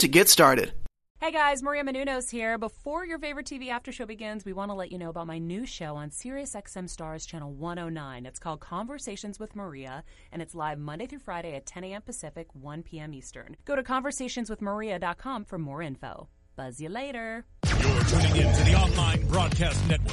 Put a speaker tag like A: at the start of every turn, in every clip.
A: to get started.
B: Hey guys, Maria Menounos here. Before your favorite TV after show begins, we want to let you know about my new show on SiriusXM Stars Channel 109. It's called Conversations with Maria, and it's live Monday through Friday at 10 a.m. Pacific, 1 p.m. Eastern. Go to conversationswithmaria.com for more info. Buzz you later.
C: You're tuning in to the online broadcast network,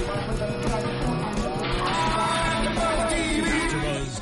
C: AfterBuzz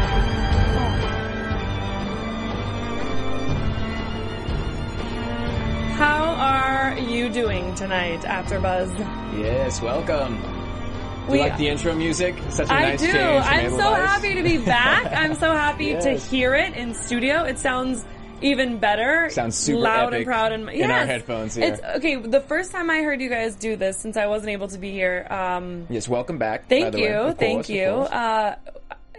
D: How are you doing tonight, AfterBuzz?
E: Yes, welcome. Do
D: We-
E: you like the intro music? Such a
D: I
E: nice
D: do.
E: change. from
D: I'm
E: Able
D: so
E: Buzz.
D: happy to be back. I'm so happy to
E: Yes.
D: hear it in studio. It sounds even better.
E: Sounds super
D: loud and
E: epic
D: proud and
E: in our
D: Yes.
E: headphones here.
D: It's okay. The first time I heard you guys do this, since I wasn't able to be here, um,
E: Yes, welcome back. by
D: Thank
E: the
D: you,
E: way. Of
D: thank
E: course, of
D: you.
E: course.
D: Uh,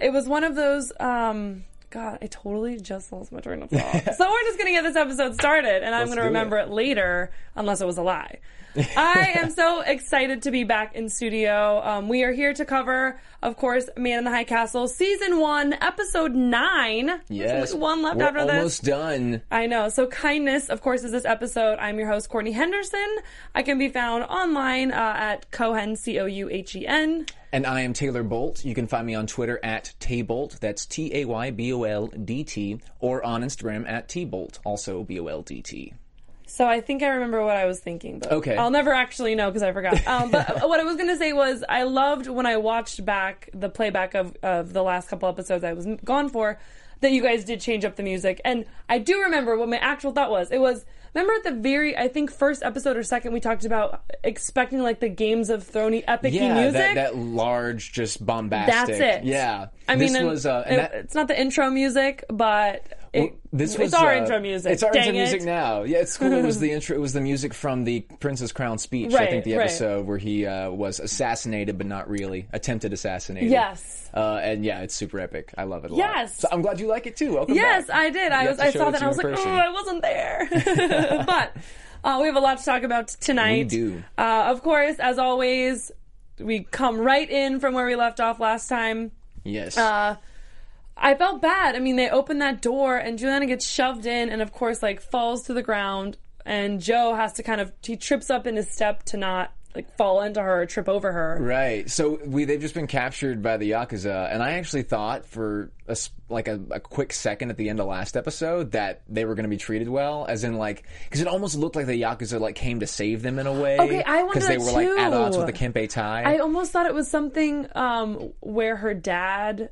D: it was one of those. Um, God, I totally just lost my train of thought. so we're just gonna get this episode started, and I'm
E: Let's
D: gonna
E: do
D: remember it. later, unless it was a lie. I am so excited to be back in studio. Um, we are here to cover, of course, Man in the High Castle, season one, episode nine. There's
E: yes.
D: only one left
E: We're
D: after this.
E: almost done.
D: I know. So, kindness, of course, is this episode. I'm your host, Courtney Henderson. I can be found online uh, at Cohen, C O U H E N.
E: And I am Taylor Bolt. You can find me on Twitter at Taybolt. That's T A Y B O L D T, or on Instagram at Tbolt, also B O L D T.
D: So I think I remember what I was thinking, but
E: Okay.
D: I'll never actually know because I forgot. Um, but what I was gonna say was I loved when I watched back the playback of, of the last couple episodes I was gone for that you guys did change up the music, and I do remember what my actual thought was. It was remember at the very I think first episode or second we talked about expecting like the Games of Thronesy epic
E: Yeah,
D: music.
E: That, that large, just
D: That's
E: bombastic.
D: it.
E: Yeah.
D: I mean,
E: this
D: and-
E: was. Uh, and
D: it-
E: that-
D: it's not the intro music, but it,
E: Well, this
D: it's
E: was
D: our
E: uh,
D: intro music.
E: It's our
D: Dang
E: intro music
D: it.
E: now. Yeah, it's cool. it was the intro. It was the music from the Prince's Crown speech. I
D: Right,
E: think the
D: right.
E: episode where he uh, was assassinated, but not really attempted assassinated.
D: Yes.
E: Uh, and yeah, it's super epic. I love it. A
D: Yes.
E: Lot. So I'm glad you like it too. Welcome.
D: Yes,
E: back.
D: I did.
E: You
D: I
E: have
D: was.
E: to
D: I
E: show
D: saw
E: it
D: that. and
E: to
D: I was
E: me in
D: like, oh,
E: person.
D: I wasn't there. but uh, we have a lot to talk about tonight.
E: We do.
D: Uh, of course, as always, we come right in from where we left off last time.
E: Yes.
D: Uh, I felt bad. I mean, they open that door and Juliana gets shoved in, and of course, like falls to the ground. And Joe has to kind of he trips up in his step to not like fall into her or trip over her.
E: Right. So we they've just been captured by the yakuza, and I actually thought for a, s- like a, a quick second at the end of last episode that they were going to be treated well, as in like because it almost looked like the yakuza like came to save them in a way.
D: Okay, I wondered
E: because they
D: that
E: were like at
D: too.
E: odds with the kempei tai.
D: I almost thought it was something um, where her dad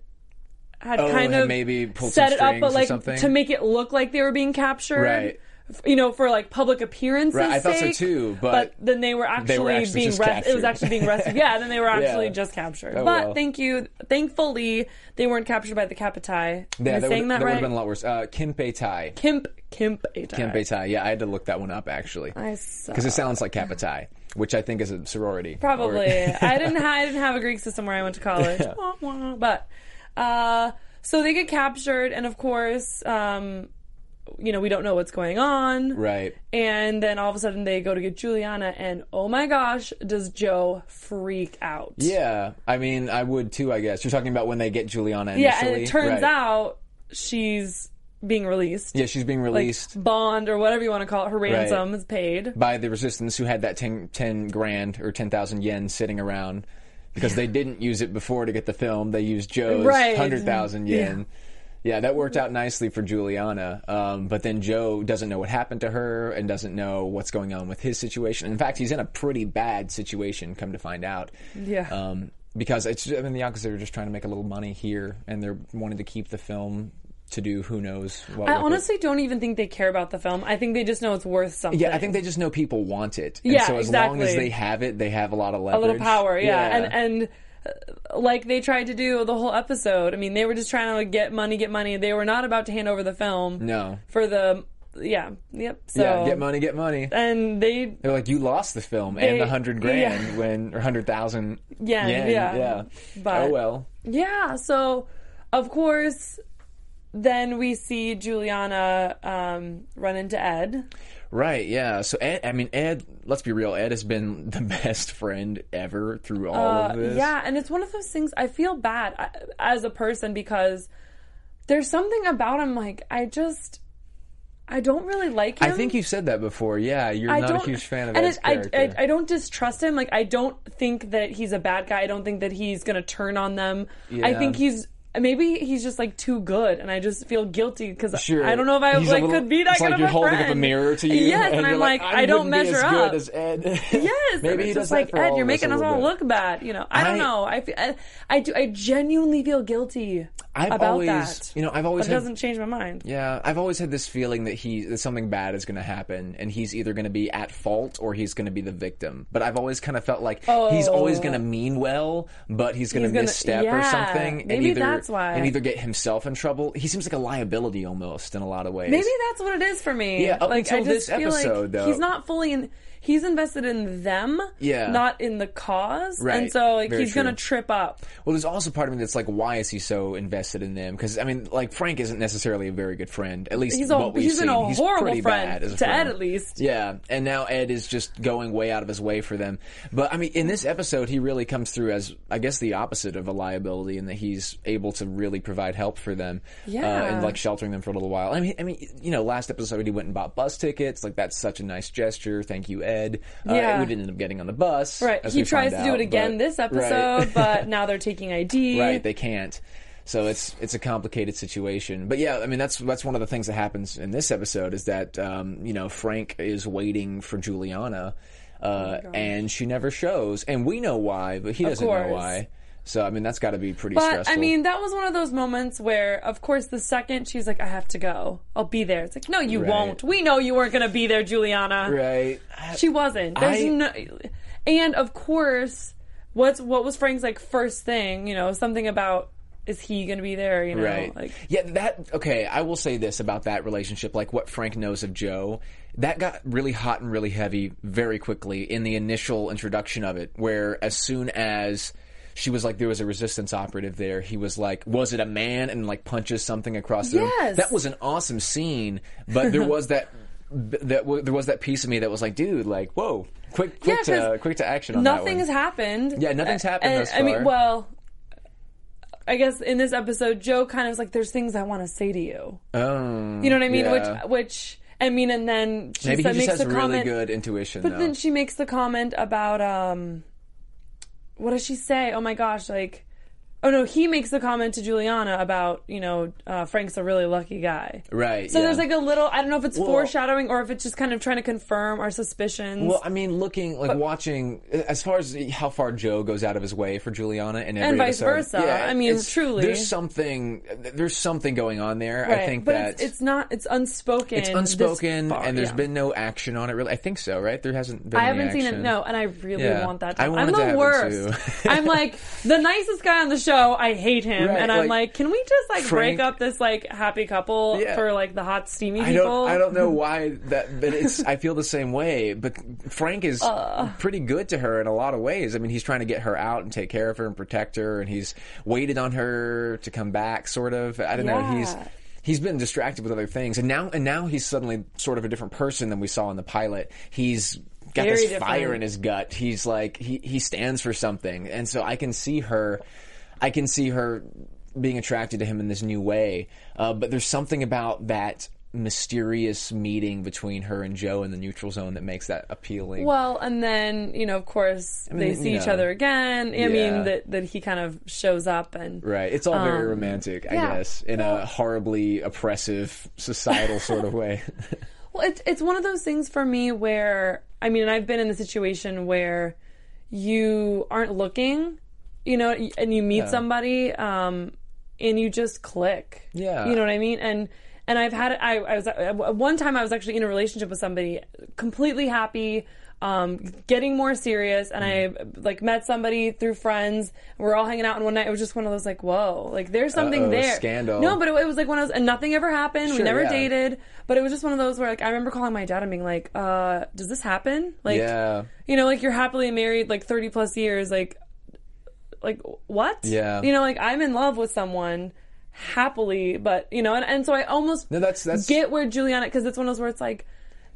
D: had
E: Oh,
D: kind
E: had
D: of
E: maybe pulled
D: set
E: some
D: it up, but
E: strings or
D: like
E: something.
D: to make it look like they were being captured.
E: Right.
D: f- You know, for like public appearances.
E: Right, I thought so
D: sake,
E: too, but
D: then they were actually,
E: they were actually
D: being
E: just
D: res- It was
E: captured.
D: actually being rescued. yeah, then they were actually
E: Yeah.
D: just captured.
E: Oh,
D: but
E: well.
D: thank you. Thankfully, they weren't captured by the Kapitai.
E: yeah,
D: Am I
E: that
D: saying
E: would,
D: that
E: would
D: right?
E: have been a lot worse. Uh, Kimpei Tai.
D: Kimp, Kimp, Atai.
E: Kimpei Tai. Yeah, I had to look that one up actually.
D: I suck.
E: Because it sounds like Kappa Tai, which I think is a sorority.
D: Probably.
E: Or-
D: I didn't. Ha- I didn't have a Greek system where I went to college. Wah, wah. But uh, so they get captured, and of course, um, you know, we don't know what's going on.
E: right.
D: And then all of a sudden, they go to get Juliana, and oh my gosh, does Joe freak out?
E: Yeah. I mean, I would too. I guess you're talking about when they get Juliana initially.
D: Yeah, and it turns
E: Right.
D: out she's being released.
E: Yeah, she's being
D: Like,
E: released.
D: bond or whatever you want to call it, her ransom is paid.
E: by the resistance who had that 10, 10 grand or 10,000 yen sitting around because they didn't use it before to get the film. They used Joe's
D: Right.
E: hundred thousand yen. Yeah. that worked out nicely for Juliana. Um, but then Joe doesn't know what happened to her and doesn't know what's going on with his situation. In fact, he's in a pretty bad situation. Come to find out.
D: Yeah.
E: Um, because it's I mean the Yakuza are just trying to make a little money here, and they're wanting to keep the film to do who knows what.
D: I
E: with it.
D: honestly don't even think they care about the film. I think they just know it's worth something.
E: Yeah, I think they just know people want it. And
D: Yeah,
E: so as long as
D: exactly.
E: they have it, they have a lot of
D: a
E: leverage.
D: little power, yeah. And and uh, like they tried to do the whole episode. I mean, they were just trying to like, get money, get money. They were not about to hand over the film.
E: No.
D: For the yeah, yep. So
E: yeah, get money, get money.
D: And they
E: They're like, you lost the film
D: They-
E: and the hundred grand
D: yeah.
E: when or hundred thousand
D: Yen, yeah.
E: yeah.
D: But-
E: oh well.
D: yeah. So of course, then we see Juliana um, run into Ed.
E: Right, yeah. So Ed, I mean, Ed. Let's be real. Ed has been the best friend ever through all of this.
D: Uh, Yeah, and it's one of those things I feel bad uh, as a person because there's something about him like I just I don't really like
E: I
D: him.
E: think you said that before. Yeah, you're
D: I
E: not
D: don't,
E: a huge fan of
D: and
E: Ed's
D: it-
E: character.
D: I, I, I don't distrust him. Like I don't think that he's a bad guy. I don't think that he's gonna turn on them. I
E: Yeah.
D: think he's maybe he's just like too good, and I just feel guilty because
E: Sure.
D: I don't know if I
E: He's a
D: like
E: little-
D: could be that
E: it's
D: good
E: like
D: of
E: you're
D: a
E: holding up a
D: friend.
E: mirror to you.
D: Yes, and,
E: you're
D: I'm like, I don't
E: wouldn't
D: measure
E: be as
D: up.
E: Good as Ed.
D: Yes,
E: maybe
D: it's
E: he does
D: just
E: that
D: like
E: for
D: Ed.
E: all
D: You're
E: of
D: making us
E: a
D: all
E: little bit.
D: look bad. You know, I don't
E: I-
D: know. I, feel, I I do. I genuinely feel guilty
E: I've
D: about
E: always-
D: that.
E: you know, I've always
D: but it
E: had-
D: doesn't change my mind.
E: Yeah, I've always had this feeling that he that something bad is going to happen, and he's either going to be at fault or he's going to be the victim. But I've always kind of felt like he's always going to mean well, but he's going
D: Oh. He's
E: to
D: gonna-
E: misstep or
D: yeah,
E: something, and
D: maybe
E: either
D: that's why.
E: and either get himself in trouble. He seems like a liability almost in a lot of ways.
D: Maybe that's what it is for me.
E: Yeah, up
D: like I
E: until
D: just
E: this
D: feel like
E: episode, though.
D: he's not fully in. He's invested in them,
E: Yeah.
D: not in the cause, and
E: Right.
D: so like
E: Very
D: he's gonna
E: true.
D: trip up.
E: Well, there's also part of me that's like, why is he so invested in them? Because I mean, like Frank isn't necessarily a very good friend. At least
D: He's a-
E: what we've
D: he's been
E: seen.
D: a horrible
E: pretty
D: friend
E: bad as a
D: to Ed,
E: friend.
D: at least.
E: Yeah, and now Ed is just going way out of his way for them. But I mean, in this episode, he really comes through as I guess the opposite of a liability, in that he's able to really provide help for them.
D: Yeah.
E: uh, and like sheltering them for a little while. I mean, I mean, you know, last episode he went and bought bus tickets. Like that's such a nice gesture. Thank you, Ed. Uh,
D: Yeah.
E: we didn't end up getting on the bus.
D: Right,
E: as
D: he
E: we
D: tries to
E: find
D: do
E: out,
D: it again
E: but-
D: this episode,
E: Right.
D: but now they're taking ID.
E: right they can't so it's it's a complicated situation but yeah i mean that's that's one of the things that happens in this episode is that um, you know frank is waiting for juliana
D: Oh
E: uh, and she never shows and we know why but he doesn't know
D: course.
E: why so i mean that's got to be pretty
D: But
E: stressful
D: I mean, that was one of those moments where, of course, the second she's like, "I have to go, I'll be there." It's like, "No, you
E: Right.
D: won't. We know you weren't going to be there, Juliana."
E: right
D: She wasn't. There's
E: I-
D: no, and of course, what's what was Frank's like first thing? You know, something about is he going to be there? You know,
E: Right.
D: like
E: yeah, that okay, I will say this about that relationship, like what Frank knows of Joe, that got really hot and really heavy very quickly in the initial introduction of it, where as soon as she was like there was a resistance operative there, he was like, Was it a man? and like punches something across the room.
D: Yes.
E: That was an awesome scene, but there was that that w- there was that piece of me that was like, dude, like, whoa, quick, quick
D: Yeah, 'cause
E: to quick to action on that one.
D: nothing has happened.
E: Yeah, nothing's happened
D: And,
E: thus
D: I mean,
E: far.
D: well, I guess in this episode, Joe kind of was like, "There's things I want to say to you."
E: Oh,
D: You know what I mean?
E: yeah.
D: Which, which I mean, and then she
E: Maybe
D: said,
E: he just
D: makes
E: has
D: the
E: really
D: comment.
E: good intuition.
D: But
E: though.
D: then she makes the comment about um what does she say? Oh my gosh, like oh no, he makes the comment to Juliana about, you know, uh, Frank's a really lucky guy.
E: Right.
D: So
E: yeah.
D: there's like a little I don't know if it's
E: Well-
D: foreshadowing or if it's just kind of trying to confirm our suspicions.
E: Well, I mean, looking like watching as far as how far Joe goes out of his way for Juliana and every
D: And vice
E: episode,
D: versa.
E: yeah,
D: I mean,
E: it's-
D: truly.
E: there's something there's something going on there. I
D: Right.
E: think
D: but
E: that
D: it's, it's not it's unspoken.
E: it's
D: this
E: unspoken
D: far,
E: and there's
D: yeah.
E: been no action on it. Really, I think so, right? There hasn't been.
D: I
E: any
D: haven't seen it.
E: action.
D: No, and I really
E: Yeah.
D: want that. To
E: I
D: happen.
E: wanted
D: I'm
E: to
D: the
E: have it
D: worst.
E: too.
D: I'm like the nicest guy on the show. I hate him,
E: Right,
D: and I'm like,
E: like,
D: can we just like break
E: Frank-
D: up this like happy couple
E: Yeah.
D: for like the hot steamy
E: I
D: people?
E: don't. I don't know why that, but it's. I feel the same way. But Frank is
D: Uh.
E: pretty good to her in a lot of ways. I mean, he's trying to get her out and take care of her and protect her, and he's waited on her to come back. Sort of. I don't know. He's
D: Yeah.
E: he's been distracted with other things, and now and now he's suddenly sort of a different person than we saw in the pilot. He's got
D: Very
E: this
D: different.
E: fire in his gut. He's like he he stands for something, and so I can see her. I can see her being attracted to him in this new way. Uh, but there's something about that mysterious meeting between her and Joe in the neutral zone that makes that appealing.
D: Well, and then you know, of course,
E: mean,
D: they see
E: you
D: each
E: know.
D: other again. I
E: Yeah.
D: mean, that that he kind of shows up and
E: Right, it's all very romantic, I
D: um, yeah.
E: guess, in a horribly oppressive societal sort of way.
D: Well, it's it's one of those things for me where I mean, and I've been in the situation where you aren't looking, you know, and you meet somebody, um, and you just click.
E: Yeah.
D: you know what I mean. And and I've had I, I was at one time I was actually in a relationship with somebody, completely happy. Um, getting more serious, and I
E: Mm.
D: like met somebody through friends. We're all hanging out, and one night it was just one of those like, "Whoa, like there's something
E: Uh-oh,
D: there."
E: scandal.
D: No, but it, it was like one of those, and nothing ever happened. we
E: Sure,
D: never
E: yeah.
D: dated, but it was just one of those where like I remember calling my dad and being like, uh, does this happen? Like
E: Yeah.
D: you know, like you're happily married like 30 plus years, like like what?
E: Yeah.
D: You know, like I'm in love with someone happily, but you know, and, and so I almost
E: No, that's- that's-
D: get where Juliana because it's one of those where it's like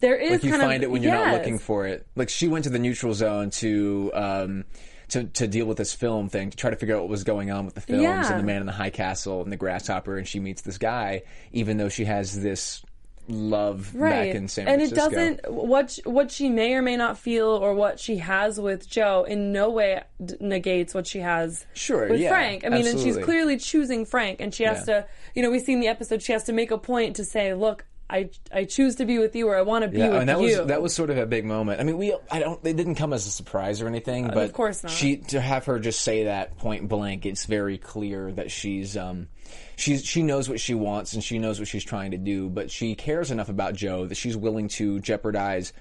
D: there is
E: like you
D: kind
E: find
D: of
E: it when you're not
D: yes.
E: looking for it. Like she went to the neutral zone to um to, to deal with this film thing to try to figure out what was going on with the films
D: Yeah.
E: and the man in the high castle and the grasshopper and she meets this guy even though she has this love
D: right.
E: back in San
D: and it
E: Francisco.
D: doesn't what sh- what she may or may not feel or what she has with Joe in no way d- negates what she has
E: Sure,
D: with
E: yeah,
D: Frank. I mean, and
E: absolutely.
D: she's clearly choosing Frank, and she has
E: Yeah.
D: to. You know, we see in the episode she has to make a point to say, "Look, I I choose to be with you, or I want to be
E: Yeah,
D: with
E: and that
D: you."
E: was that was sort of a big moment. I mean, we I don't they didn't come as a surprise or anything, but
D: Uh, of course not.
E: She to have her just say that point blank, it's very clear that she's um she's she knows what she wants and she knows what she's trying to do, but she cares enough about Joe that she's willing to jeopardize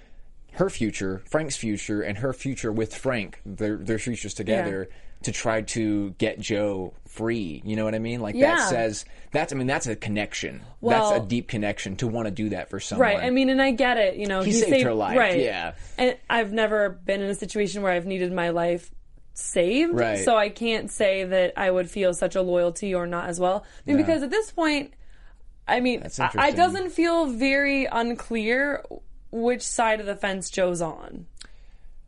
E: her future, Frank's future, and her future with Frank, their their futures together. To try to get Joe free, you know what I mean? Like that
D: Yeah.
E: says that's. I mean, that's a connection.
D: Well-
E: that's a deep connection to want to do that for someone.
D: Right. I mean, and I get it. You know, he,
E: saved her life,
D: Right.
E: yeah.
D: And I've never been in a situation where I've needed my life saved.
E: Right.
D: So I can't say that I would feel such a loyalty or not as well. I mean, because at this point, I mean,
E: That's
D: I, I
E: interesting.
D: doesn't feel very unclear which side of the fence Joe's on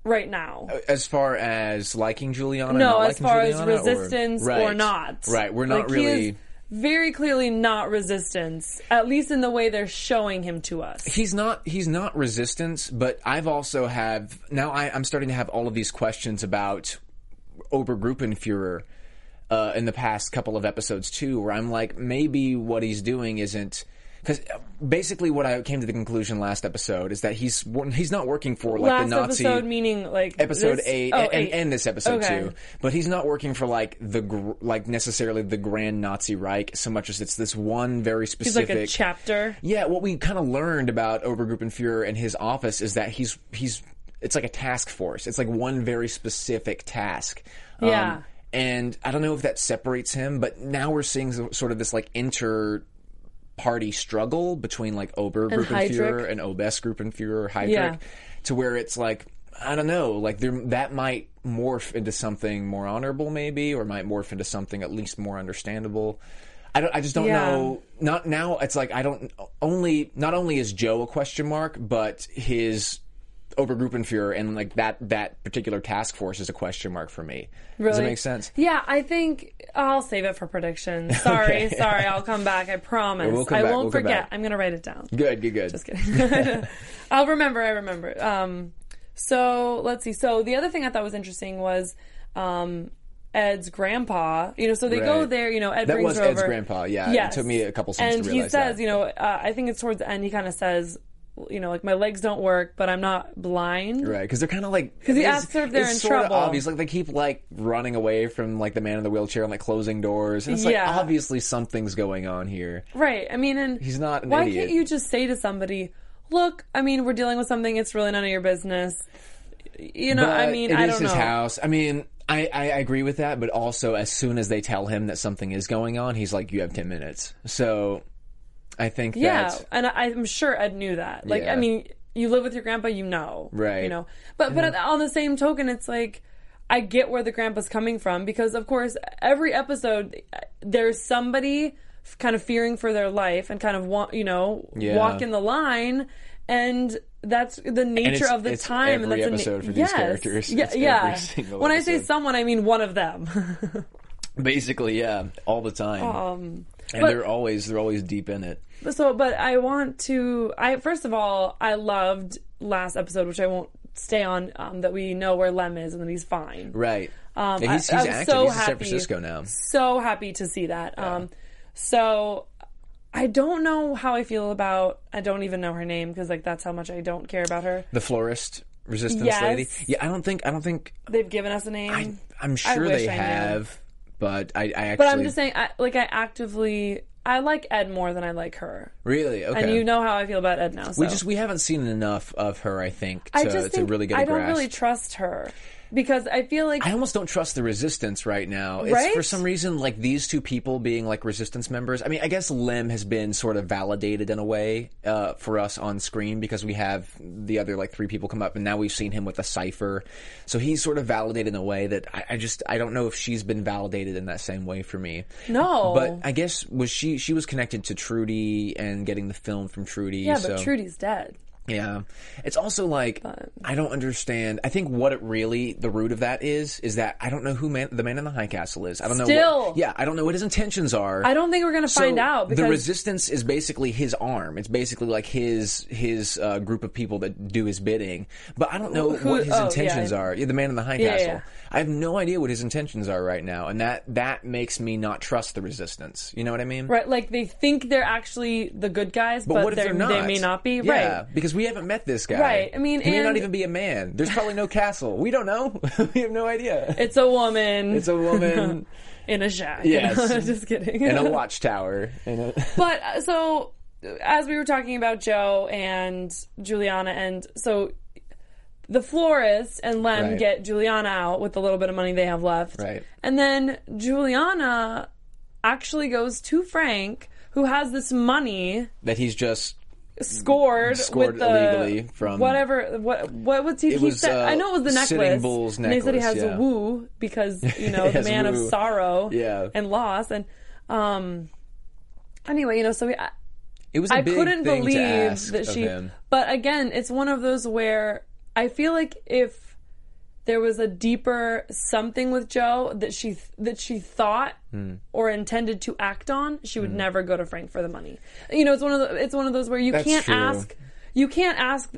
D: right now.
E: as far as liking Juliana,
D: no,
E: Uh, not
D: as
E: liking
D: far
E: Juliana,
D: as resistance or,
E: right,
D: not.
E: Right, we're not
D: Like, he
E: really.
D: is very clearly not resistance, at least in the way they're showing him to us.
E: he's not he's not resistance but i've also have now I, i'm starting to have all of these questions about obergruppenfuhrer uh, in the past couple of episodes too where i'm like maybe what he's doing isn't because basically what i came to the conclusion last episode is that he's he's not working for like
D: last
E: the nazi
D: episode meaning like
E: episode
D: this-
E: eight,
D: oh,
E: and,
D: eight.
E: and this episode
D: Okay.
E: too. But he's not working for like the gr- like necessarily the grand Nazi Reich so much as it's this one very
D: He's like
E: specific.
D: a chapter.
E: yeah, what we kind of learned about Obergruppenfuhrer and his office is that he's he's it's like a task force. It's like one very specific task. Um,
D: Yeah.
E: and I don't know if that separates him, but now we're seeing so- sort of this like inter party struggle between like Obergruppenfuhrer
D: Heydrich.
E: and Obestgruppenfuhrer Heydrich
D: Yeah.
E: to where it's like I don't know, like there that might morph into something more honorable maybe or might morph into something at least more understandable. I don't I just don't
D: Yeah.
E: know not now it's like I don't only not only is Joe a question mark but his Obergruppenfuhrer and like that that particular task force is a question mark for me. Does that
D: Really?
E: make sense?
D: Yeah, I think I'll save it for predictions. Sorry, sorry, I'll come back. I promise.
E: We'll come
D: I
E: back,
D: won't
E: we'll come
D: forget.
E: back.
D: I'm gonna write it down.
E: Good, good, good.
D: Just kidding. I'll remember. I remember. Um, so let's see. So the other thing I thought was interesting was um, Ed's grandpa. You know, so they go
E: Right.
D: there. You know, Ed
E: That
D: brings
E: was
D: her
E: Ed's
D: over.
E: grandpa, yeah. It took me a couple seconds to
D: And he
E: realize that.
D: says, you know, uh, I think it's towards the end. He kind of says, you know, like my legs don't work, but I'm not blind.
E: Right, because they're kind of like because
D: he asks her if they're in trouble.
E: Obvious, like they keep like running away from like the man in the wheelchair and like closing doors. And it's
D: Yeah.
E: like obviously something's going on here.
D: Right. I mean, and
E: He's not an
D: why
E: idiot.
D: can't you just say to somebody, "Look, I mean, we're dealing with something. It's really none of your business." You know, I
E: But
D: mean,
E: it
D: I
E: is
D: don't
E: his
D: know.
E: house. I mean, I, I I agree with that, but also as soon as they tell him that something is going on, he's like, "You have ten minutes." So I think
D: Yeah,
E: that
D: and I, I'm sure Ed knew that. Like,
E: Yeah.
D: I mean, you live with your grandpa, you know,
E: Right.
D: You know, but but on the same token, it's like I get where the grandpa's coming from because, of course, every episode there's somebody f- kind of fearing for their life and kind of want you know
E: Yeah.
D: walking the line and. That's the nature
E: it's-
D: of the
E: it's
D: time, and
E: every
D: that's a na-
E: episode for these
D: yes.
E: characters.
D: Yeah,
E: It's every
D: yeah.
E: single
D: when I say
E: episode.
D: someone, I mean one of them.
E: Basically, yeah, all the time.
D: Um,
E: and
D: but-
E: they're always they're always deep in it.
D: so but i want to i first of all i loved last episode which i won't stay on um, that we know where lem is and that he's fine
E: Right.
D: um,
E: Yeah, he's,
D: I,
E: he's
D: I'm
E: active.
D: so
E: he's in
D: happy
E: San Francisco now.
D: so happy to see that um so i don't know how i feel about i don't even know her name because like that's how much i don't care about her
E: The florist resistance
D: Yes.
E: lady. Yeah, I don't think I don't think
D: they've given us a name
E: I, I'm sure
D: wish
E: they
D: I knew.
E: have, but I, I actually
D: but i'm just saying I, like i actively i like ed more than i like her
E: really okay.
D: and you know how i feel about ed now so.
E: we just we haven't seen enough of her. I think to,
D: I just
E: to
D: think
E: really get a
D: I don't
E: grasp.
D: really trust her because I feel like
E: I almost don't trust the resistance right now. It's
D: Right?
E: for some reason like these two people being like resistance members. I mean, I guess Lem has been sort of validated in a way uh, for us on screen because we have the other like three people come up, and now we've seen him with a cipher. So he's sort of validated in a way that I, I just I don't know if she's been validated in that same way for me.
D: no,
E: But I guess was she she was connected to Trudy and getting the film from Trudy.
D: yeah,
E: so.
D: but Trudy's dead.
E: Yeah. It's also like I don't understand. I think what it really the root of that is is that I don't know who man, the man in the high castle is. I don't know
D: Still.
E: what, Yeah, I don't know what his intentions are.
D: I don't think we're gonna
E: So
D: find out
E: the
D: because
E: resistance is basically his arm. It's basically like his his uh, group of people that do his bidding. But I don't know
D: Who-
E: what his
D: oh, yeah.
E: intentions are. Yeah, the man in the high
D: Yeah,
E: castle.
D: yeah.
E: I have no idea what his intentions are right now, and that that makes me not trust the resistance. You know what I mean?
D: right, like they think they're actually the good guys, but,
E: But what if
D: they're-
E: they're not?
D: they may not be.
E: Yeah,
D: Right.
E: because we haven't met this guy.
D: Right, I mean,
E: he may
D: and-
E: not even be a man. There's probably no castle. We don't know. we have no idea.
D: It's a woman.
E: It's a woman
D: in a shack.
E: Yes.
D: just kidding.
E: and a watchtower. And a...
D: But uh, so, as we were talking about Joe and Juliana, and so the florist and Lem
E: Right.
D: get Juliana out with the little bit of money they have left.
E: Right.
D: And then Juliana actually goes to Frank, who has this money
E: that he's just
D: scored,
E: Scored
D: with the
E: illegally from-
D: whatever. What what was he?
E: It
D: he
E: was,
D: said,
E: uh,
D: I know it was the necklace.
E: Sitting Bull's
D: And they said he has
E: necklace, yeah.
D: a woo because you know the
E: has
D: man of
E: woo.
D: sorrow
E: Yeah.
D: and loss and um. Anyway, you know, so we. I,
E: it was. I
D: I couldn't believe that
E: of
D: she.
E: him.
D: But again, it's one of those where I feel like if there was a deeper something with Joe that she that she thought
E: Hmm.
D: or intended to act on, she would never go to Frank for the money. You know, it's one of the, it's one of those where you
E: That's
D: can't
E: true.
D: ask. You can't ask,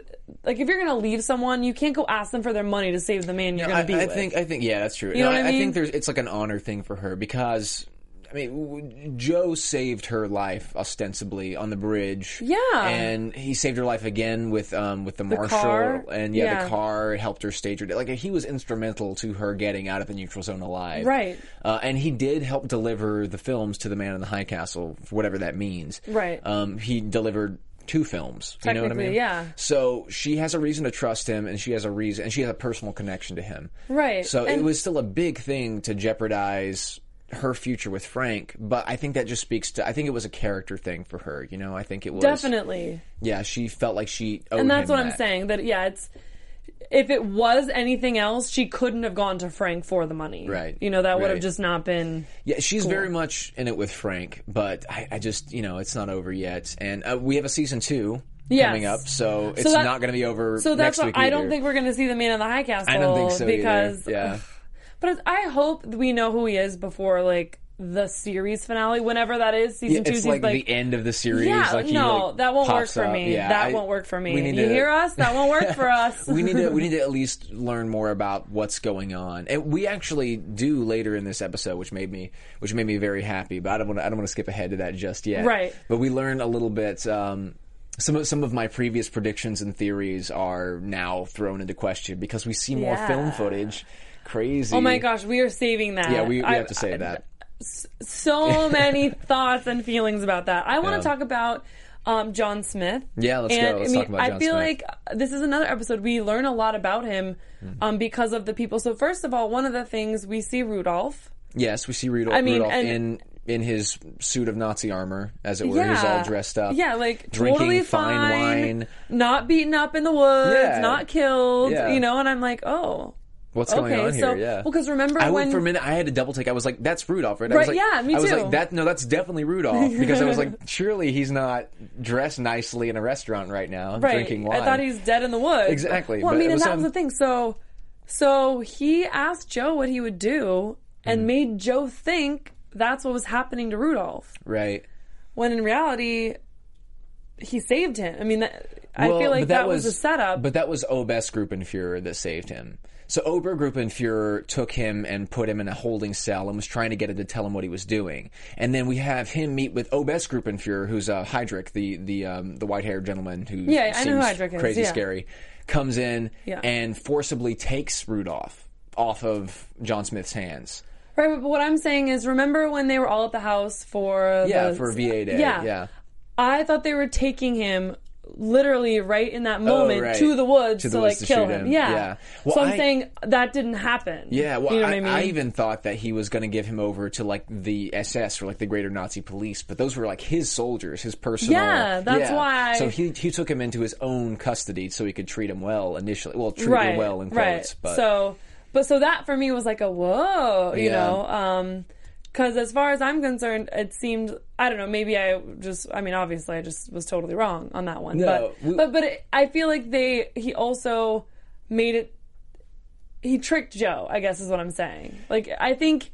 D: like, if you're going to leave someone, you can't go ask them for their money to save the man you're
E: I,
D: going to be
E: I
D: with.
E: think I think yeah, that's true. You
D: know what I mean?
E: think there's it's like an honor thing for her because I mean w- Joe saved her life ostensibly on the bridge.
D: Yeah.
E: and he saved her life again with um with the, marshal
D: car?
E: and yeah,
D: Yeah.
E: the car it helped her stage her day. like he was instrumental to her getting out of the neutral zone alive.
D: Right.
E: uh, and he did help deliver the films to the man in the high castle, whatever that means.
D: Right.
E: um, he delivered. Two films, you know what I
D: Technically,
E: mean?
D: yeah.
E: So she has a reason to trust him, and she has a reason, and she has a personal connection to him.
D: Right.
E: So it
D: And-
E: was still a big thing to jeopardize her future with Frank, but I think that just speaks to I think it was a character thing for her, you know. I think it was
D: Definitely.
E: Yeah, she felt like she owed
D: and that's
E: him
D: what I'm
E: that.
D: saying. That yeah, it's if it was anything else, she couldn't have gone to Frank for the money.
E: Right.
D: You know that would have
E: Right.
D: just not been.
E: Yeah, she's very much in it with Frank, but I, I just, you know, it's not over yet. And uh, we have a season 2
D: Yes.
E: coming up, so it's
D: that-
E: not going to be over
D: So that's
E: next
D: why
E: week
D: I don't
E: either.
D: think we're going to see the man in the high castle.
E: I don't think so either.
D: because
E: Yeah.
D: But it's, I hope we know who he is before like the series finale, whenever that is. Season
E: Yeah,
D: two,
E: it's
D: season
E: like, the end of the series.
D: Yeah,
E: like he,
D: no,
E: like,
D: that won't work
E: pops
D: for
E: up.
D: me.
E: Yeah,
D: that
E: I-
D: won't work for me.
E: we need
D: you
E: to-
D: hear us? That won't work for us.
E: we need to we need to at least learn more about what's going on. And we actually do later in this episode, which made me which made me very happy. But I don't want to I don't want to skip ahead to that just yet.
D: Right.
E: But we learn a little bit. Um, some of some of my previous predictions and theories are now thrown into question because we see more
D: Yeah.
E: film footage. Crazy.
D: Oh my gosh, we are saving that.
E: Yeah, we, we
D: I-
E: have to say
D: I-
E: that.
D: so many thoughts and feelings about that. I want
E: Yeah.
D: to talk about um, John Smith.
E: Yeah, let's go.
D: and,
E: Let's
D: I mean,
E: talk about
D: I
E: John
D: feel
E: Smith. Mm-hmm.
D: like this is another episode. We learn a lot about him um, because of the people. So first of all, one of the things we see Rudolph.
E: Yes, we see Rudolph,
D: I mean,
E: Rudolph
D: and-
E: in in his suit of Nazi armor, as it were.
D: yeah,
E: He's all dressed up.
D: Yeah, like
E: drinking
D: totally
E: fine wine.
D: not beaten up in the woods,
E: Yeah.
D: not killed.
E: Yeah.
D: You know, and I'm like, oh,
E: What's
D: Okay,
E: going on here?
D: so-
E: yeah.
D: well, 'cause remember
E: I,
D: when-
E: for a minute I had to double take. I was like, "That's Rudolph, right?" I
D: Right,
E: was like,
D: yeah, me
E: I was
D: too.
E: like, "That no, that's definitely Rudolph," because I was like, "Surely he's not dressed nicely in a restaurant right now,
D: right.
E: drinking wine."
D: I thought he's dead in the woods.
E: Exactly,
D: Well, I
E: but
D: mean, and
E: it was
D: that was
E: some-
D: the thing. So, so he asked Joe what he would do,
E: Mm.
D: and made Joe think that's what was happening to Rudolph.
E: right?
D: When in reality, he saved him. I mean, that, I feel like
E: but
D: that, was, a setup.
E: But that was Obes Gruppenfuhrer that saved him. So Ober Gruppenfuhrer took him and put him in a holding cell and was trying to get him to tell him what he was doing. And then we have him meet with Obes Gruppenfuhrer, who's uh, Heydrich, the the um, the white haired gentleman who
D: Yeah, I
E: seems
D: know who Heydrich is,
E: crazy
D: yeah.
E: scary, comes in
D: Yeah.
E: and forcibly takes Rudolph off of John Smith's hands.
D: right, but what I'm saying is, remember when they were all at the house for
E: Yeah,
D: the-
E: uh, for VA Day.
D: Yeah.
E: yeah.
D: I thought they were taking him literally right in that moment
E: Oh, right.
D: to the woods
E: To
D: to,
E: the
D: like
E: woods to
D: kill
E: shoot
D: him.
E: him.
D: Yeah.
E: Yeah. Well,
D: so I'm
E: I-
D: saying that didn't happen.
E: Yeah, well,
D: you know
E: I,
D: what I mean.
E: I even thought that he was going to give him over to like the SS or like the Greater Nazi Police, but those were like his soldiers, his personal.
D: Yeah, that's why-
E: So he he took him into his own custody so he could treat him well initially. Well, treat
D: right,
E: him well in quotes,
D: right.
E: but
D: So, but so that for me was like a whoa, you
E: Yeah.
D: know, um, because as far as I'm concerned, it seemed I don't know. Maybe I just I mean, obviously, I just was totally wrong on that one.
E: No,
D: but,
E: we-
D: but but it, I feel like they he also made it. He tricked Joe, I guess is what I'm saying. Like I think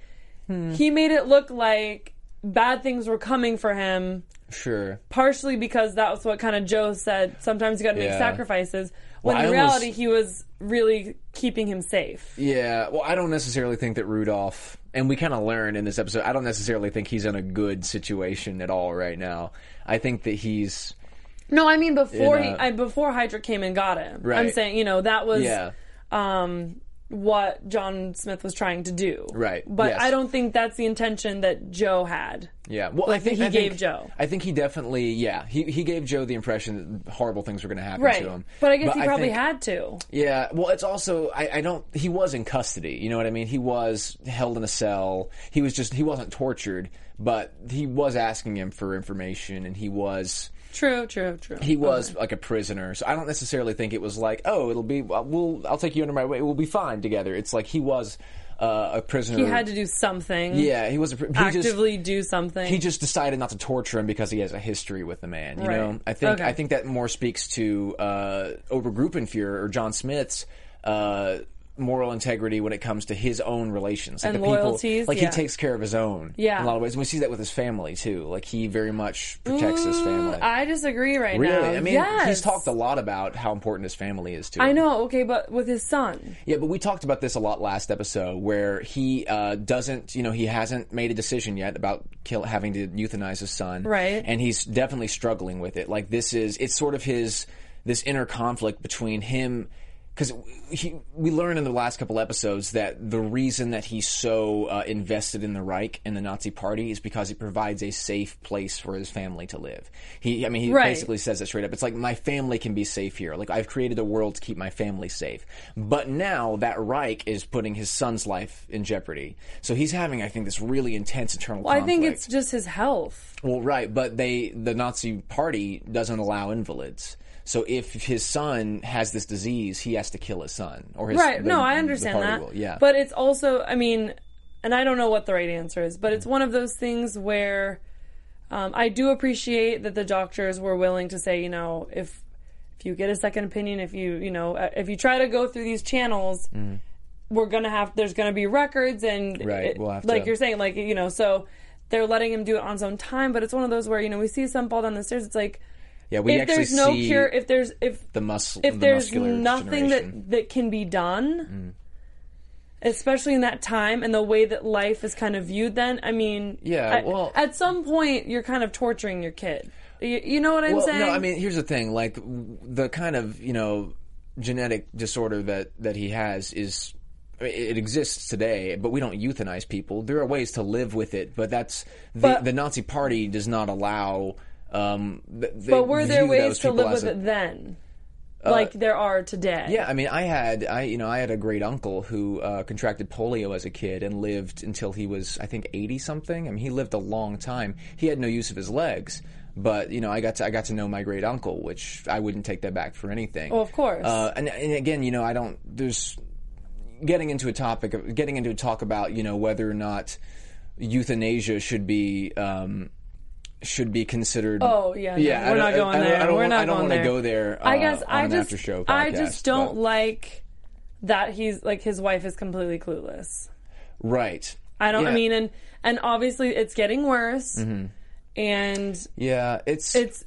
E: Hmm.
D: he made it look like bad things were coming for him
E: sure.
D: partially because that was what kind of Joe said. Sometimes you got to
E: Yeah.
D: make sacrifices. When
E: Well,
D: in
E: I almost-
D: reality, he was really keeping him safe.
E: Yeah, well, I don't necessarily think that Rudolph, and we kind of learn in this episode, I don't necessarily think he's in a good situation at all right now. I think that he's
D: No, I mean before
E: In
D: he,
E: a-
D: I, before Hydra came and got him. I'm
E: Right.
D: saying you know that was
E: yeah.
D: um, what John Smith was trying to do.
E: Right,
D: But
E: yes.
D: I don't think that's the intention that Joe had.
E: Yeah, well, I
D: Like,
E: think
D: he
E: I think-
D: gave Joe.
E: I think he definitely, yeah, he he gave Joe the impression that horrible things were going to happen
D: Right.
E: to him.
D: But I guess he probably
E: think-
D: had to.
E: Yeah, well, it's also I, I don't. He was in custody. You know what I mean? He was held in a cell. He was just he wasn't tortured, but he was asking him for information, and he was
D: True, true, true.
E: he was like a prisoner. So I don't necessarily think it was like, oh, it'll be well, we'll I'll take you under my way. We'll be fine together. It's like he was uh, a prisoner.
D: He had to do something.
E: Yeah, he was a, pr- he just-
D: Actively do something.
E: he just decided not to torture him because he has a history with the man. You
D: Right.
E: know, I think
D: Okay.
E: I think that more speaks to uh, Obergruppenfuhrer or John Smith's uh, moral integrity when it comes to his own relations like
D: And
E: the people,
D: loyalties,
E: Like
D: yeah.
E: he takes care of his own.
D: Yeah.
E: in a lot of ways, and we see that with his family too. Like he very much protects his family.
D: I disagree right
E: Really,
D: now.
E: I mean,
D: yes.
E: he's talked a lot about how important his family is to him.
D: I know, okay, but with his son.
E: Yeah, but we talked about this a lot last episode, where he uh, doesn't, you know, he hasn't made a decision yet about kill having to euthanize his son,
D: Right.
E: And he's definitely struggling with it. Like this is, it's sort of his this inner conflict between him. Because we learned in the last couple episodes that the reason that he's so uh, invested in the Reich and the Nazi Party is because it provides a safe place for his family to live. He, I mean, he
D: Right.
E: basically says it straight up. It's like my family can be safe here. Like I've created a world to keep my family safe. But now that Reich is putting his son's life in jeopardy. So he's having, I think, this really intense internal.
D: Well, I
E: conflict.
D: think it's just his health.
E: well, right, but they the Nazi Party doesn't allow invalids. So if his son has this disease, he has to kill his son or his
D: Right.
E: the-
D: no, I
E: the
D: understand
E: party
D: that.
E: will. Yeah,
D: But it's also, I mean, and I don't know what the right answer is, but it's one of those things where um, I do appreciate that the doctors were willing to say, you know, if if you get a second opinion, if you, you know, uh, if you try to go through these channels, we're going to have there's going to be records and
E: Mm. Right, we'll have
D: like
E: to-
D: you're saying like, you know, so they're letting him do it on his own time, but it's one of those where, you know, we see some fall down the stairs, it's like
E: yeah. We
D: if
E: actually
D: there's no
E: see
D: cure, if there's if
E: the muscle.
D: if
E: the
D: there's
E: muscular
D: nothing
E: degeneration.
D: that that can be done,
E: Mm.
D: especially in that time and the way that life is kind of viewed, then I mean,
E: Yeah,
D: at,
E: well-
D: at some point you're kind of torturing your kid. You, you know what I'm
E: well,
D: saying?
E: No, I mean here's the thing. Like w- the kind of you know genetic disorder that that he has is I mean, it exists today, but we don't euthanize people. There are ways to live with it, but that's the,
D: But-
E: the Nazi Party does not allow. Um, th- they
D: but were there
E: view
D: ways
E: those
D: to
E: people
D: live
E: as
D: with
E: a- Uh,
D: it then, like there are today?
E: yeah, I mean, I had, I you know, I had a great uncle who uh, contracted polio as a kid and lived until he was, I think, eighty something. I mean, he lived a long time. He had no use of his legs, but you know, I got to, I got to know my great uncle, which I wouldn't take that back for anything.
D: Well, Oh, of course.
E: Uh, and, and again, you know, I don't. There's getting into a topic, of getting into a talk about you know whether or not euthanasia should be. Um, should be considered.
D: Oh yeah, no,
E: yeah. I
D: we're
E: don't-
D: not going
E: I don't-
D: there.
E: I don't,
D: we're
E: want-
D: not
E: I don't
D: going
E: want to go there. Uh,
D: I guess
E: on
D: I
E: an
D: just
E: after show.
D: I just don't
E: but-
D: like that he's like his wife is completely clueless.
E: Right.
D: I don't. I
E: Yeah. Mm-hmm.
D: mean, and and obviously it's getting worse, and
E: Yeah, it's
D: it's.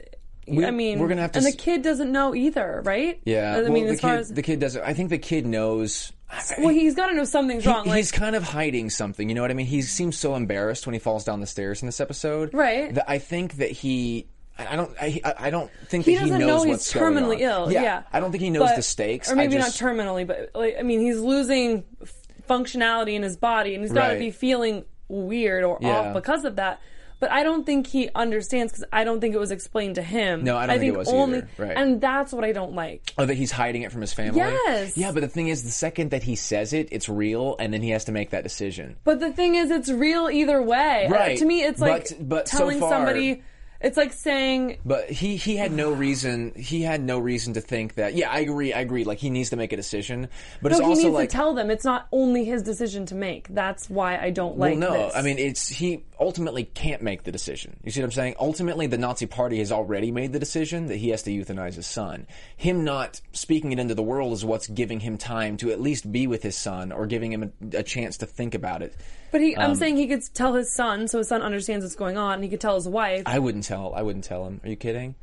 E: We-
D: I mean,
E: we're gonna have to
D: and the
E: s-
D: kid doesn't know either, right?
E: yeah.
D: I
E: well,
D: mean,
E: the
D: as far
E: kid,
D: as
E: the kid doesn't. I think the kid knows.
D: well, he's got to know something's
E: He-
D: wrong. like,
E: he's kind of hiding something. You know what I mean? He seems so embarrassed when he falls down the stairs in this episode.
D: Right.
E: That I think that he. I I don't. I, I I don't think
D: he
E: that
D: doesn't
E: knows
D: know he's
E: what's going
D: terminally
E: on.
D: ill. Yeah.
E: I don't think he knows
D: But-
E: the stakes.
D: Or maybe
E: I just,
D: not terminally, but like I mean, he's losing f- functionality in his body, and he's got to
E: Right.
D: be feeling weird or
E: Yeah.
D: off because of that. But I don't think he understands because I don't think it was explained to him.
E: No, I don't think it was
D: only,
E: either. Right.
D: And that's what I don't like.
E: Oh, that he's hiding it from his family.
D: Yes.
E: Yeah, but the thing is, the second that he says it, it's real, and then he has to make that decision.
D: But the thing is, it's real either way. Uh,
E: Right.
D: To me, it's like
E: But- but so
D: telling
E: far-
D: somebody. It's like saying
E: But he he had no reason he had no reason to think that. Yeah, I agree. I agree. Like he needs to make a decision, but
D: no,
E: it's
D: he
E: also
D: needs
E: like
D: to tell them it's not only his decision to make. That's why I don't like.
E: well, no,
D: this.
E: I mean it's he ultimately can't make the decision. You see what I'm saying? Ultimately, the Nazi Party has already made the decision that he has to euthanize his son. Him not speaking it into the world is what's giving him time to at least be with his son or giving him a, a chance to think about it.
D: But he,
E: um,
D: I'm saying he could tell his son, so his son understands what's going on, and he could tell his wife.
E: I wouldn't tell. I wouldn't tell him. Are you kidding?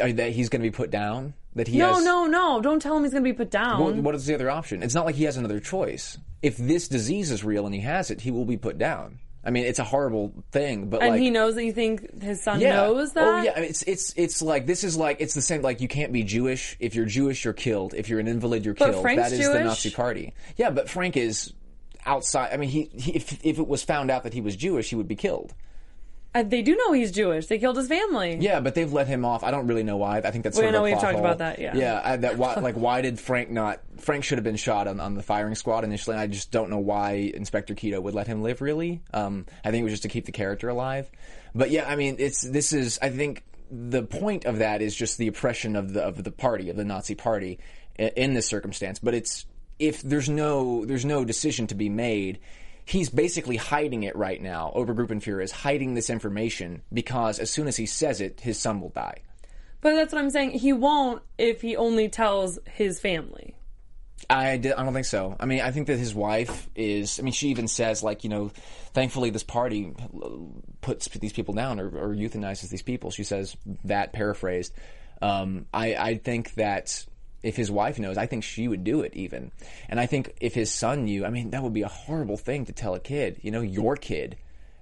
E: Are- That he's going to be put down. That he
D: no,
E: has,
D: no, no! Don't tell him he's going to be put down.
E: What, what is the other option? It's not like he has another choice. If this disease is real and he has it, he will be put down. I mean, it's a horrible thing, but
D: and
E: like
D: he knows that you think his son
E: yeah.
D: knows that.
E: Oh yeah, I mean, it's it's it's like this is like it's the same. Like you can't be Jewish if you're Jewish, you're killed. If you're an invalid, you're
D: But
E: killed.
D: Frank's
E: that is the
D: Jewish.
E: Nazi Party. Yeah, but Frank is outside. I mean, he, he if if it was found out that he was Jewish, he would be killed.
D: Uh, they do know he's Jewish. They killed his family.
E: Yeah, but they've let him off. I don't really know why. I think that's
D: We
E: sort of
D: know
E: a
D: we've
E: plot
D: talked
E: hole.
D: about that, yeah.
E: yeah. I, that why, like why did Frank not? Frank should have been shot on, on the firing squad initially. I just don't know why Inspector Keto would let him live. Really, um, I think it was just to keep the character alive. But yeah, I mean, it's this is I think the point of that is just the oppression of the of the party of the Nazi Party in, in this circumstance. But it's if there's no there's no decision to be made he's basically hiding it right now. Obergruppenfuhrer is hiding this information because as soon as he says it, his son will die.
D: But that's what I'm saying. He won't if he only tells his family.
E: I, di- I don't think so. I mean, I think that his wife is. I mean, she even says like, you know, thankfully this party puts these people down or, or euthanizes these people. She says that paraphrased. Um, I, I think that if his wife knows, I think she would do it even. And I think if his son knew, I mean, that would be a horrible thing to tell a kid. You know, your kid.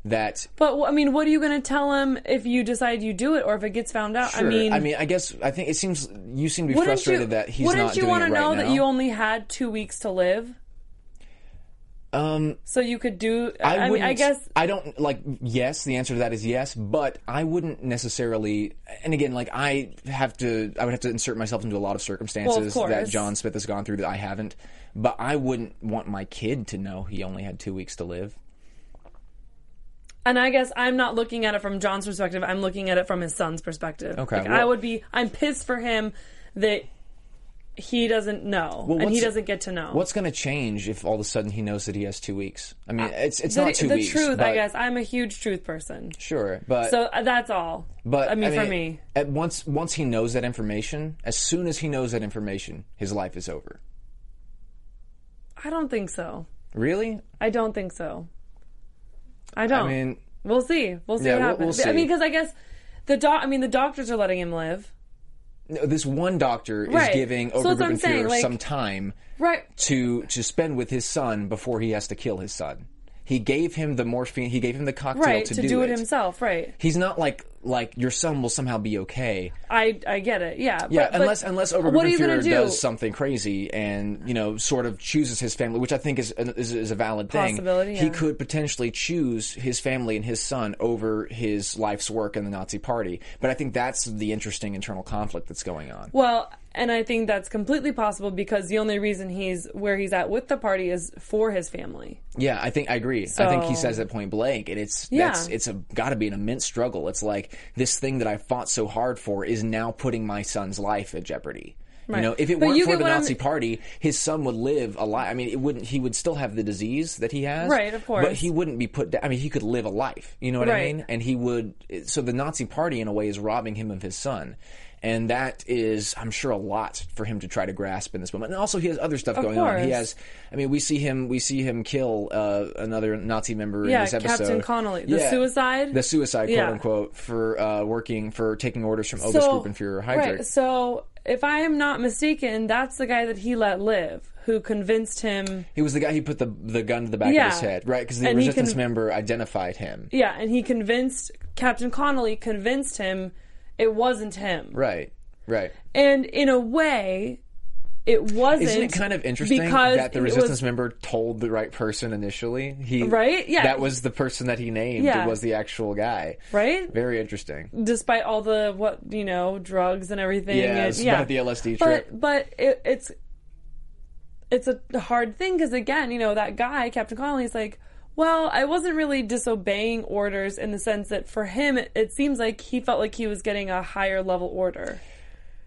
E: That
D: But wh- I mean, what are you going to tell him if you decide you do it, or if it gets found out?
E: Sure.
D: I mean,
E: I mean, I guess I think it seems you seem to be
D: wouldn't
E: frustrated
D: you,
E: that he's
D: wouldn't
E: not
D: you
E: doing it
D: wanna
E: right
D: know
E: now.
D: that you only had two weeks to live?
E: um,
D: So you could do.
E: I,
D: I, mean, I
E: wouldn't-
D: guess
E: I don't like. Yes, the answer to that is yes, but I wouldn't necessarily. And again, like I have to, I would have to insert myself into a lot of circumstances that
D: course.
E: John Smith has gone through that I haven't. But I wouldn't want my kid to know he only had two weeks to live.
D: And I guess I'm not looking at it from John's perspective. I'm looking at it from his son's perspective.
E: Okay,
D: Like, I
E: well-
D: would be. I'm pissed for him that he doesn't know and he
E: what's-
D: doesn't get to know.
E: What's going to change if all of a sudden he knows that he has two weeks? I mean, it's it's
D: Uh, the,
E: not two
D: the
E: weeks.
D: truth?
E: but-
D: I guess I'm a huge truth person.
E: Sure, but
D: So uh, that's all.
E: But
D: I mean, for me,
E: at once once he knows that information, as soon as he knows that information, his life is over.
D: I don't think so.
E: Really?
D: I don't think so. I don't.
E: I mean,
D: we'll see. We'll see
E: Yeah,
D: what
E: we'll-
D: happens.
E: we'll
D: I mean,
E: see.
D: because I guess the doc. I mean, the doctors are letting him live.
E: no, this one doctor
D: Right.
E: is giving
D: So that's what I'm saying,
E: Obergruppenfuhrer
D: like-
E: some time
D: Right.
E: to to spend with his son before he has to kill his son. He gave him the morphine. He gave him the cocktail
D: Right.
E: to,
D: To, do, it himself. Right.
E: He's not like like your son will somehow be okay.
D: I I get it. Yeah. but-
E: Yeah,
D: but
E: unless unless
D: what are you gonna
E: Obergruppenfuhrer
D: do?
E: does something crazy and you know sort of chooses his family, which I think is is, is a valid thing.
D: Possibility,
E: He
D: yeah.
E: could potentially choose his family and his son over his life's work in the Nazi Party, but I think that's the interesting internal conflict that's going on.
D: Well, and I think that's completely possible because the only reason he's where he's at with the party is for his family.
E: Yeah, I think I agree. I think he
D: So-
E: says that point blank, and it's
D: Yeah.
E: that's it's a got to be an immense struggle. It's like this thing that I fought so hard for is now putting my son's life at jeopardy. You know, if it
D: But
E: weren't
D: you
E: for
D: get
E: the
D: what I'm-
E: Nazi Party, his son would live a life. I mean, it wouldn't. He would still have the disease that he has,
D: Right, of course.
E: But he wouldn't be put down. I mean, he could live a life. You know what I
D: Right.
E: mean? And he would. So the Nazi Party, in a way, is robbing him of his son. and that is, I'm sure, a lot for him to try to grasp in this moment. And also, he has other stuff
D: Of
E: going on. He
D: course.
E: has, I mean, we see him, we see him kill uh, another Nazi member
D: Yeah,
E: in this episode.
D: Captain Connolly. The suicide?
E: the suicide, quote
D: Yeah.
E: unquote, for uh, working for taking orders from Otis
D: So-
E: Group and Fuhrer Heydrich.
D: Right. So, if I am not mistaken, that's the guy that he let live, who convinced him.
E: He was the guy who put the the gun to the back
D: Yeah.
E: of his head, right? Because the
D: And he
E: resistance
D: can-
E: member identified him,
D: Yeah, and he convinced Captain Connolly convinced him it wasn't him.
E: right? Right.
D: And in a way, it wasn't.
E: Isn't it kind of interesting
D: because
E: that the
D: it was-
E: resistance member told the right person initially? He
D: Right? Yeah.
E: That was the person that he named.
D: Yeah.
E: It was the actual guy.
D: Right?
E: Very interesting.
D: despite all the what you know drugs and everything.
E: Yeah,
D: and-
E: it's about the LSD
D: but,
E: trip.
D: But it, it's it's a hard thing because again, you know that guy, Captain Connolly's like, well, I wasn't really disobeying orders in the sense that for him, it, it seems like he felt like he was getting a higher level order.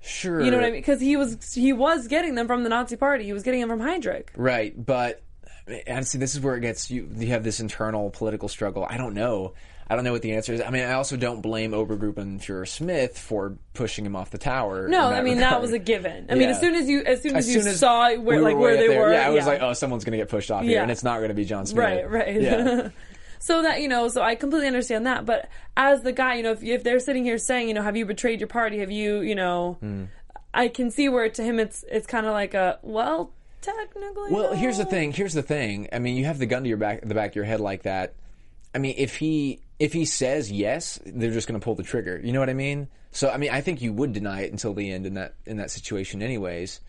E: Sure.
D: You know what I mean? Because he was he was getting them from the Nazi Party. He was getting them from Heydrich.
E: Right, but and see, this is where it gets you. You have this internal political struggle. I don't know. I don't know what the answer is. I mean, I also don't blame Obergroup and Fuhrer Smith for pushing him off the tower.
D: No,
E: in
D: I mean that
E: regard.
D: was a given. I mean,
E: Yeah.
D: as soon as you as soon as,
E: As
D: you
E: soon as
D: saw where
E: we
D: like
E: were
D: where
E: way up
D: they
E: there,
D: were,
E: yeah, I was like, oh, someone's going to get pushed off here,
D: Yeah.
E: and it's not going to be John Smith.
D: Right, right.
E: Yeah.
D: so that you know, so I completely understand that. But as the guy, you know, if, if they're sitting here saying, you know, have you betrayed your party? Have you, you know,
E: Hmm.
D: I can see where to him it's it's kind of like a well, technically.
E: Well, here's the
D: no.
E: thing. Here's the thing. I mean, you have the gun to your back, the back of your head like that. I mean, if he if he says yes, they're just going to pull the trigger. You know what I mean? So, I mean, I think you would deny it until the end in that in that situation, anyways.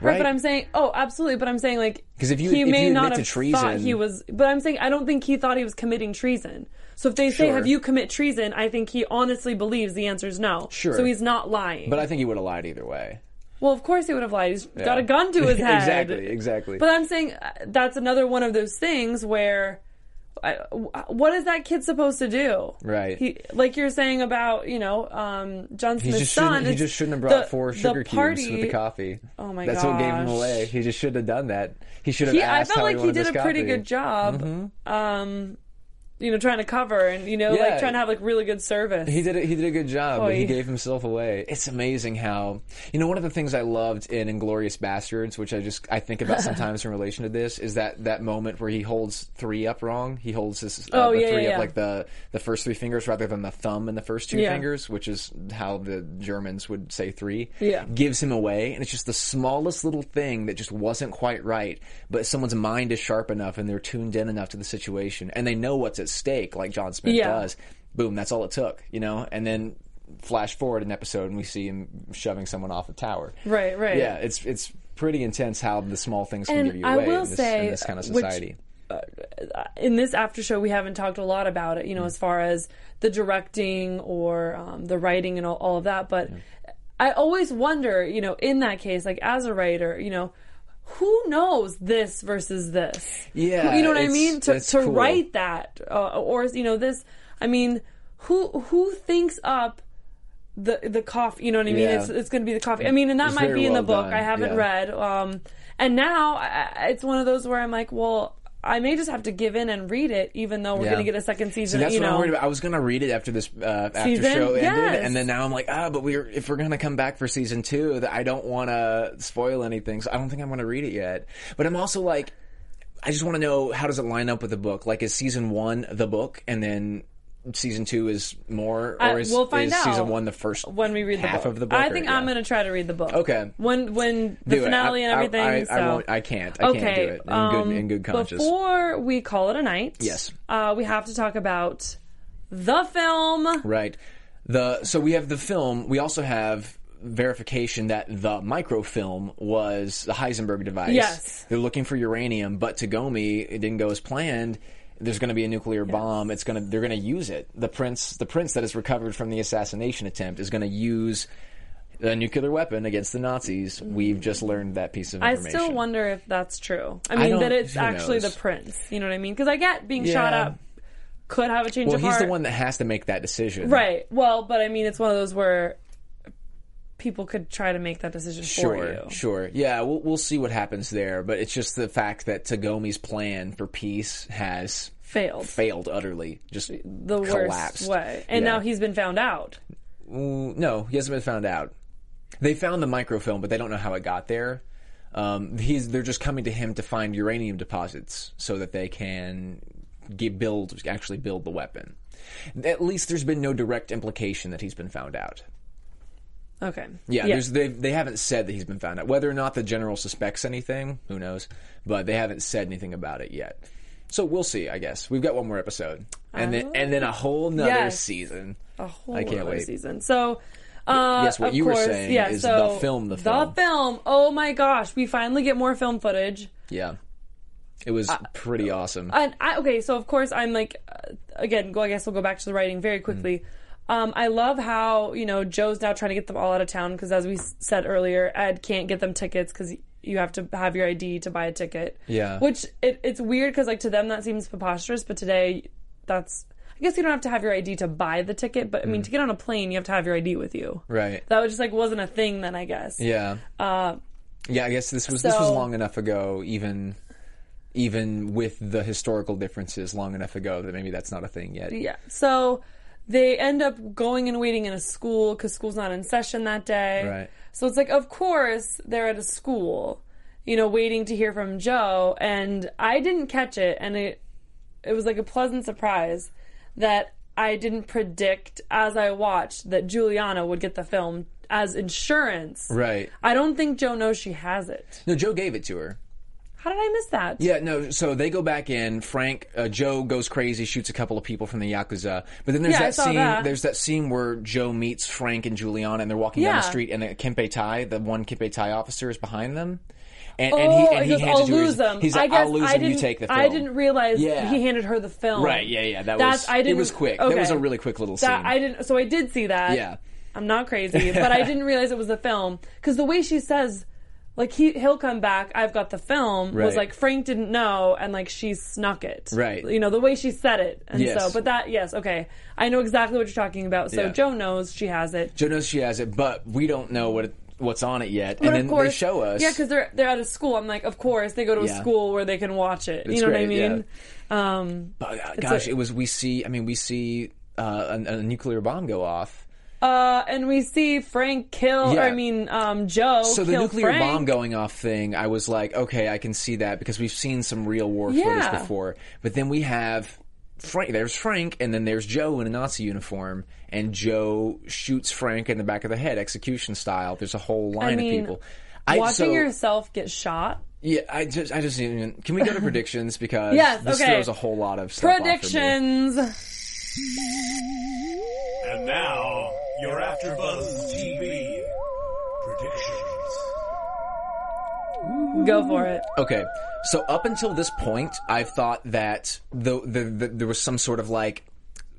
E: Right.
D: But I'm saying, oh, absolutely. But I'm saying, like,
E: 'Cause if you-
D: he
E: if
D: may
E: you admit
D: not
E: to
D: have
E: treason-
D: thought he was. But I'm saying, I don't think he thought he was committing treason. So if they say,
E: Sure.
D: "Have you commit treason?" I think he honestly believes the answer is no.
E: Sure.
D: So he's not lying.
E: But I think he would have lied either way.
D: Well, of course he would have lied. He's got a
E: Yeah.
D: gun to his head.
E: Exactly, exactly.
D: But I'm saying uh, that's another one of those things where, I, wh- what is that kid supposed to do?
E: Right.
D: He, like you're saying about you know um, John
E: He
D: Smith's
E: just
D: son.
E: shouldn't, he
D: it's
E: just shouldn't have brought
D: the-
E: four
D: the
E: sugar cubes with
D: party-
E: the coffee.
D: Oh my
E: That's what gave him
D: gosh.
E: away. He just should have done that. He should have.
D: He, I
E: asked
D: felt
E: how
D: like he
E: wanted
D: did
E: this
D: a pretty
E: coffee.
D: good job. Um, you know, trying to cover and you know,
E: Yeah.
D: like trying to have like really good service.
E: He did. A, he did a good job, but he
D: Oy.
E: gave himself away. It's amazing how you know one of the things I loved in *Inglorious Bastards*, which I just I think about sometimes in relation to this, is that that moment where he holds three up wrong. He holds his uh,
D: Oh,
E: the
D: yeah,
E: three
D: yeah,
E: up
D: yeah.
E: like the the first three fingers rather than the thumb and the first two
D: Yeah.
E: fingers, which is how the Germans would say three.
D: Yeah.
E: gives him away, and it's just the smallest little thing that just wasn't quite right. But someone's mind is sharp enough, and they're tuned in enough to the situation, and they know what's at stake, like John Smith
D: Yeah.
E: does boom, that's all it took, you know? And then flash forward an episode and we see him shoving someone off a tower.
D: Right, right.
E: Yeah, it's it's pretty intense how the small things can
D: And
E: give you
D: I
E: away
D: will
E: in, this,
D: say,
E: in this kind of
D: which-
E: society.
D: in this after show we haven't talked a lot about it you know as far as the directing or um, the writing and all, all of that but i always wonder you know in that case like as a writer you know who knows this versus this
E: Yeah,
D: you know what i
E: it's-
D: mean to,
E: it's
D: to
E: cool.
D: write that uh, or you know this i mean who who thinks up the the coffee you know what i mean
E: Yeah.
D: it's it's going to be the coffee i mean and that
E: It's
D: might
E: very
D: be in the
E: well
D: book
E: done,
D: i haven't
E: yeah.
D: read read. Um, and now I, I- it's one of those where I'm like, well, I may just have to give in and read it, even though we're
E: Yeah.
D: going to get a second
E: See,
D: season.
E: that's
D: you
E: what
D: know,
E: I'm worried about. I was gonna read it after this uh, after
D: Season?
E: show ended,
D: Yes.
E: and then now I'm like, ah, but we're if we're gonna come back for season two, that I don't want to spoil anything, so I don't think I'm gonna read it yet. But I'm also like, I just want to know how does it line up with the book? Like, is season one the book, and then season two is more, or
D: I-
E: is,
D: Uh, we'll find
E: is season
D: out
E: one the first
D: when we read the
E: half
D: book.
E: of the book?
D: I
E: or-
D: think
E: yeah.
D: I'm going to try to read the book.
E: Okay.
D: When when the
E: Do it.
D: finale
E: I-
D: and
E: I-
D: everything.
E: I- I
D: so.
E: won't- I can't. I can't
D: okay. um,
E: do it in good- in good conscience.
D: Before we call it a night,
E: Yes.
D: uh, we have to talk about the film.
E: Right. The so we have the film. We also have verification that the microfilm was the Heisenberg device.
D: Yes.
E: They're looking for uranium, but to Gomi, it didn't go as planned. There's going to be a nuclear bomb. It's going to they're going to use it. The prince the prince that is recovered from the assassination attempt is going to use a nuclear weapon against the Nazis. We've just learned that piece of
D: I
E: information.
D: still wonder if that's true. I
E: I
D: mean,
E: don't-
D: that it's
E: who
D: actually
E: knows?
D: the prince. You know what I mean? Because I get being shot
E: Yeah.
D: up could have a change
E: Well,
D: of
E: he's
D: heart.
E: the one that has to make that decision.
D: Right. Well, but I mean, it's one of those where people could try to make that decision for
E: Sure,
D: you.
E: sure. Yeah, we'll, we'll see what happens there, but it's just the fact that Tagomi's plan for peace has
D: Failed.
E: failed utterly. Just
D: the worst
E: collapsed.
D: way. And
E: Yeah.
D: now he's been found out.
E: Mm, no, he hasn't been found out. They found the microfilm, but they don't know how it got there. Um, he's they're just coming to him to find uranium deposits so that they can get build actually build the weapon. At least there's been no direct implication that he's been found out.
D: Okay.
E: Yeah, There's, they they haven't said that he's been found out. Whether or not the general suspects anything, who knows? But they haven't said anything about it yet. So we'll see. I guess we've got one more episode, and then and then a whole nother
D: Yes. Oh.
E: season.
D: a whole
E: I can't
D: other
E: wait.
D: season. So, uh,
E: yes, what
D: of
E: you were
D: course,
E: saying
D: yeah,
E: is
D: so
E: the film, the film.
D: film. Oh my gosh, we finally get more film footage.
E: Yeah, it was
D: Uh,
E: pretty awesome.
D: And I, okay, so of course I'm like, uh, again, go. I guess we'll go back to the writing very quickly. Um, I love how you know Joe's now trying to get them all out of town because, as we s- said earlier, Ed can't get them tickets because you have to have your ID to buy a ticket.
E: Yeah.
D: which it, it's weird because like to them that seems preposterous, but today that's. I guess you don't have to have your ID to buy the ticket, but I mean to get on a plane you have to have your ID with you.
E: right.
D: That was just like wasn't a thing then, I guess.
E: Yeah. yeah, I guess this was this was
D: uh, so-
E: long enough ago, even even with the historical differences, long enough ago that maybe that's not a thing yet.
D: Yeah. So they end up going and waiting in a school because school's not in session that day.
E: Right.
D: So it's like, of course, they're at a school, you know, waiting to hear from Joe. And I didn't catch it, and it it was like a pleasant surprise that I didn't predict as I watched that Juliana would get the film as insurance.
E: Right.
D: I don't think Joe knows she has it.
E: No, Joe gave it to her.
D: How did I miss that?
E: Yeah, no. So they go back in. Frank uh, Joe goes crazy, shoots a couple of people from the yakuza. But then there's
D: Yeah, I
E: that
D: saw
E: scene.
D: that.
E: There's that scene where Joe meets Frank and Juliana, and they're walking down the
D: Yeah.
E: street, and uh, Kempe Tai, the one Kempe Tai officer, is behind them. And,
D: Oh,
E: and he, and he
D: goes,
E: hands
D: I'll
E: it to her.
D: lose them.
E: He's
D: I
E: like,
D: guess
E: I'll lose
D: I
E: them.
D: didn't,
E: You take the film.
D: I didn't realize
E: Yeah.
D: he handed her the film.
E: Right, yeah, yeah. That
D: That's,
E: was
D: I didn't,
E: it was quick.
D: Okay.
E: That was a really quick little scene.
D: That- I didn't. So I did see that.
E: Yeah.
D: I'm not crazy, but I didn't realize it was the film because the way she says, like he he'll come back. I've got the film. Was
E: Right.
D: like Frank didn't know, and like she snuck it.
E: Right.
D: You know the way she said it, and
E: Yes.
D: so. But that yes, okay, I know exactly what you're talking about. So
E: Yeah.
D: Joe knows she has it.
E: Joe knows she has it, but we don't know what it, what's on it yet.
D: But
E: and
D: of
E: then
D: course,
E: they show us.
D: Yeah, because they're they're at a school. I'm like, of course they go to a
E: Yeah.
D: school where they can watch it.
E: It's
D: you know
E: great,
D: what I mean? Um,
E: But, uh, gosh,
D: a-
E: it was. We see. I mean, we see uh, a, a nuclear bomb go off.
D: uh, and we see Frank kill. Or,
E: Yeah.
D: I mean, um, Joe.
E: So the
D: kill
E: nuclear
D: Frank.
E: bomb going off thing, I was like, okay, I can see that because we've seen some real war
D: Yeah.
E: footage before. But then we have Frank. There's Frank, and then there's Joe in a Nazi uniform, and Joe shoots Frank in the back of the head, execution style. There's a whole line
D: mean,
E: of people. I,
D: Watching
E: so-
D: yourself get shot.
E: Yeah, I just, I just, didn't even- can we go to predictions because
D: Yes,
E: this
D: okay.
E: throws a whole lot of stuff off for me.
D: Predictions.
F: And now, your AfterBuzz TV predictions.
D: Go for it.
E: Okay, so up until this point, I've thought that the, the, the there was some sort of like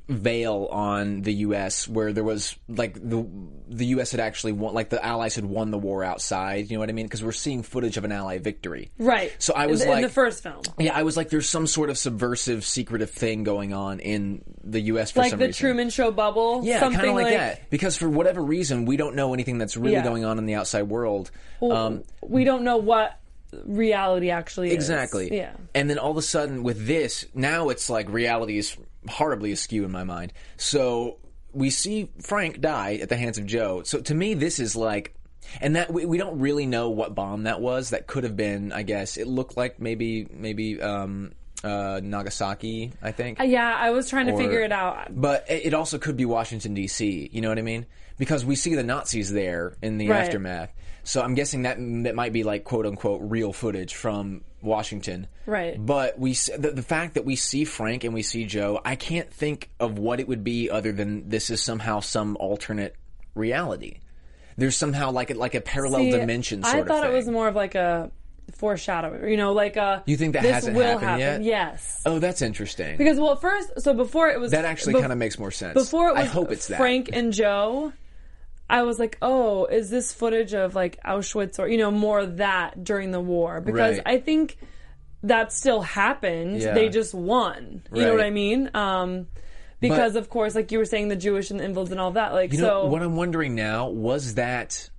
E: veil on the U.S. where there was like the the U.S. had actually won, like the Allies had won the war outside. You know what I mean? Because we're seeing footage of an Ally victory.
D: Right.
E: So I was
D: in, the-
E: like
D: in the first film,
E: Yeah, I was like, there's some sort of subversive, secretive thing going on in the U.S. for
D: like
E: some
D: the
E: reason.
D: Truman Show bubble.
E: Yeah, kind
D: something
E: of like, that. Because for whatever reason, we don't know anything that's really
D: Yeah.
E: going on in the outside world. um,
D: We don't know what reality actually is.
E: Exactly.
D: Yeah.
E: And then all of a sudden, with this, now it's like reality is horribly askew in my mind. So we see Frank die at the hands of Joe. So to me, this is like. And that we, we don't really know what bomb that was. That could have been, I guess. It looked like maybe maybe um, uh, Nagasaki, I think.
D: Uh, Yeah, I was trying to
E: Or-
D: figure it out.
E: But it it also could be Washington D.C. You know what I mean? Because we see the Nazis there in the
D: Right.
E: aftermath. So I'm guessing that that might be like quote unquote real footage from Washington.
D: Right.
E: But we s- the, the fact that we see Frank and we see Joe, I can't think of what it would be other than this is somehow some alternate reality. There's somehow like a, like a parallel
D: See,
E: dimension sort
D: I
E: of
D: thought it
E: thing.
D: was more of like a foreshadowing. You know, like a.
E: You think that
D: this
E: hasn't
D: will
E: happened
D: happen?
E: yet?
D: Yes.
E: Oh, that's interesting.
D: Because well, at first, so before it was
E: that actually
D: bef-
E: kind of makes more sense.
D: before it was
E: I hope it's that.
D: Frank and Joe. I was like, oh, is this footage of like Auschwitz or you know more of that during the war? Because
E: Right.
D: I think that still happened.
E: Yeah.
D: They just won. You know
E: Right.
D: what I mean? Um, because
E: But-
D: of course, like you were saying, the Jewish and the invalids and all that. Like
E: You
D: so,
E: know what I'm wondering now was that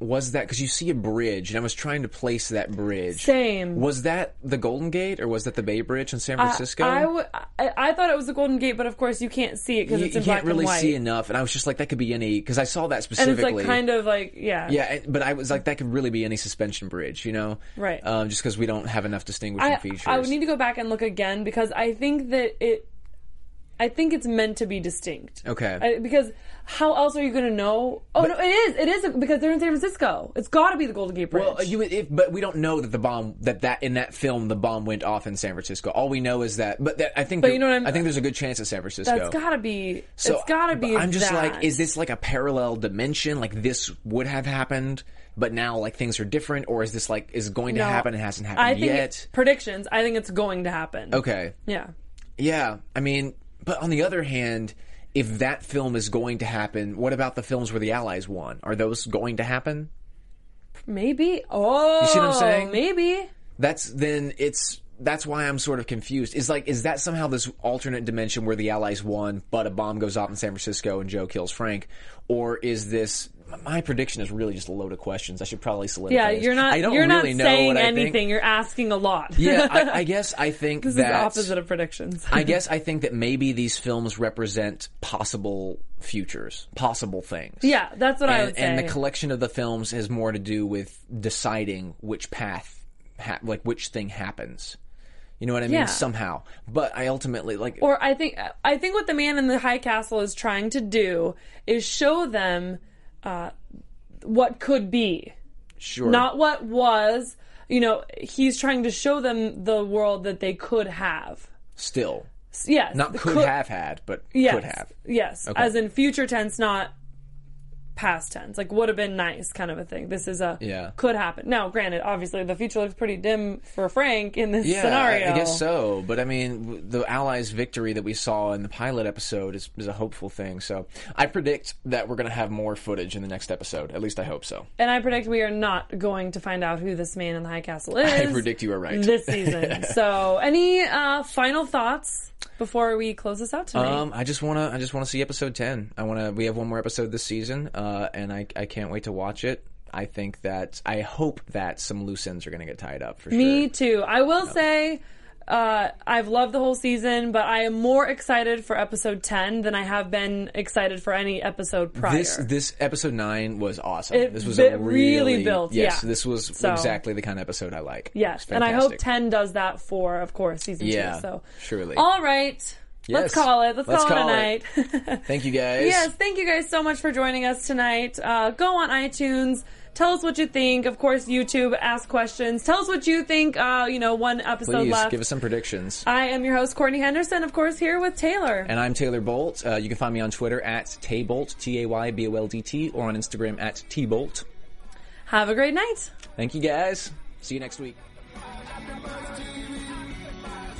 E: was that because you see a bridge, and I was trying to place that bridge.
D: Same.
E: Was that the Golden Gate or was that the Bay Bridge in San Francisco?
D: I, w- I, I thought it was the Golden Gate, but of course you can't see it because
E: you,
D: it's in
E: you can't
D: black
E: really
D: and white.
E: see enough, and I was just like, that could be any because I saw that
D: and it's
E: specifically.
D: like kind of like yeah.
E: yeah, it- but I was like, that could really be any suspension bridge, you know?
D: Right.
E: Um, just because we don't have enough distinguishing
D: I,
E: features.
D: I would need to go back and look again because I think that it. I think it's meant to be distinct.
E: Okay.
D: I, because how else are you going to know? Oh no, it is. It is because they're in San Francisco. It's got to be the Golden Gate Bridge.
E: Well, uh, you would- if, but we don't know that the bomb that that in that film the bomb went off in San Francisco. All we know is that, but that, I think,
D: But you know what I'm-
E: I think there's a good chance it's San Francisco.
D: That's got to be.
E: So,
D: it's got to
E: but
D: be.
E: I'm just
D: that.
E: like, is this like a parallel dimension? Like this would have happened, but now like things are different, or is this like is going to
D: No.
E: happen and hasn't happened
D: I think
E: yet?
D: predictions. I think it's going to happen.
E: okay,
D: Yeah.
E: yeah. I mean, but on the other hand, if that film is going to happen, what about the films where the Allies won? Are those going to happen?
D: Maybe. Oh,
E: see what I'm saying?
D: Maybe.
E: that's then it's that's why I'm sort of confused. Is like is that somehow this alternate dimension where the Allies won, but a bomb goes off in San Francisco and Joe kills Frank, or is this? My prediction is really just a load of questions. I should probably solidify.
D: Yeah,
E: this.
D: you're not.
E: I don't
D: you're
E: really
D: not
E: know
D: saying
E: what I think.
D: anything. You're asking a lot.
E: yeah, I, I guess I think
D: this is the
E: that
D: opposite of predictions.
E: I guess I think that maybe these films represent possible futures, possible things.
D: Yeah, that's what
E: and,
D: I would
E: And
D: say.
E: the collection of the films has more to do with deciding which path, ha- like which thing happens. You know what I mean?
D: Yeah.
E: Somehow, but I ultimately like.
D: or I think I think what the man in the high castle is trying to do is show them uh, what could be,
E: sure,
D: not what was. You know, he's trying to show them the world that they could have.
E: still
D: S- Yes,
E: not
D: the
E: could, have had, but
D: Yes,
E: could have.
D: Yes, as in future tense, not past tense. Like would have been nice, kind of a thing. This is a
E: Yeah.
D: could happen. Now, granted, obviously the future looks pretty dim for Frank in this
E: Yeah,
D: scenario.
E: I, I guess so. But I mean, w- the Allies' victory that we saw in the pilot episode is, is a hopeful thing. So I predict that we're going to have more footage in the next episode. At least I hope so.
D: And I predict we are not going to find out who this man in the high castle is.
E: I predict you are right.
D: this season. so, any uh, final thoughts before we close this out tonight?
E: Um, I just wanna, I just wanna see episode ten. I wanna, we have one more episode this season, uh, and I, I can't wait to watch it. I think that, I hope that some loose ends are gonna get tied up for
D: Me
E: sure.
D: too. I will say, uh, I've loved the whole season, but I am more excited for episode ten than I have been excited for any episode prior.
E: This this episode nine was awesome.
D: It
E: this was
D: bi-
E: a
D: really
E: really,
D: built,
E: Yes,
D: yeah.
E: this was
D: So-
E: exactly the kind of episode I like.
D: yes,
E: It was
D: and I hope
E: fantastic.
D: ten does that for, of course, season
E: Yeah,
D: two. So,
E: surely.
D: all right. Let's
E: Yes.
D: call it. Let's,
E: Let's
D: call,
E: call
D: it
E: it.
D: a night.
E: Thank you guys.
D: Yes, thank you guys so much for joining us tonight. Uh, go on iTunes. Tell us what you think. Of course, YouTube, ask questions. Tell us what you think. Uh, you know, one episode
E: Please
D: left.
E: give us some predictions.
D: I am your host, Courtney Henderson, of course, here with Taylor.
E: And I'm Taylor Bolt. Uh, you can find me on Twitter at Taybolt, T A Y B O L D T, or on Instagram at T Bolt.
D: Have a great night.
E: Thank you guys. See you next week.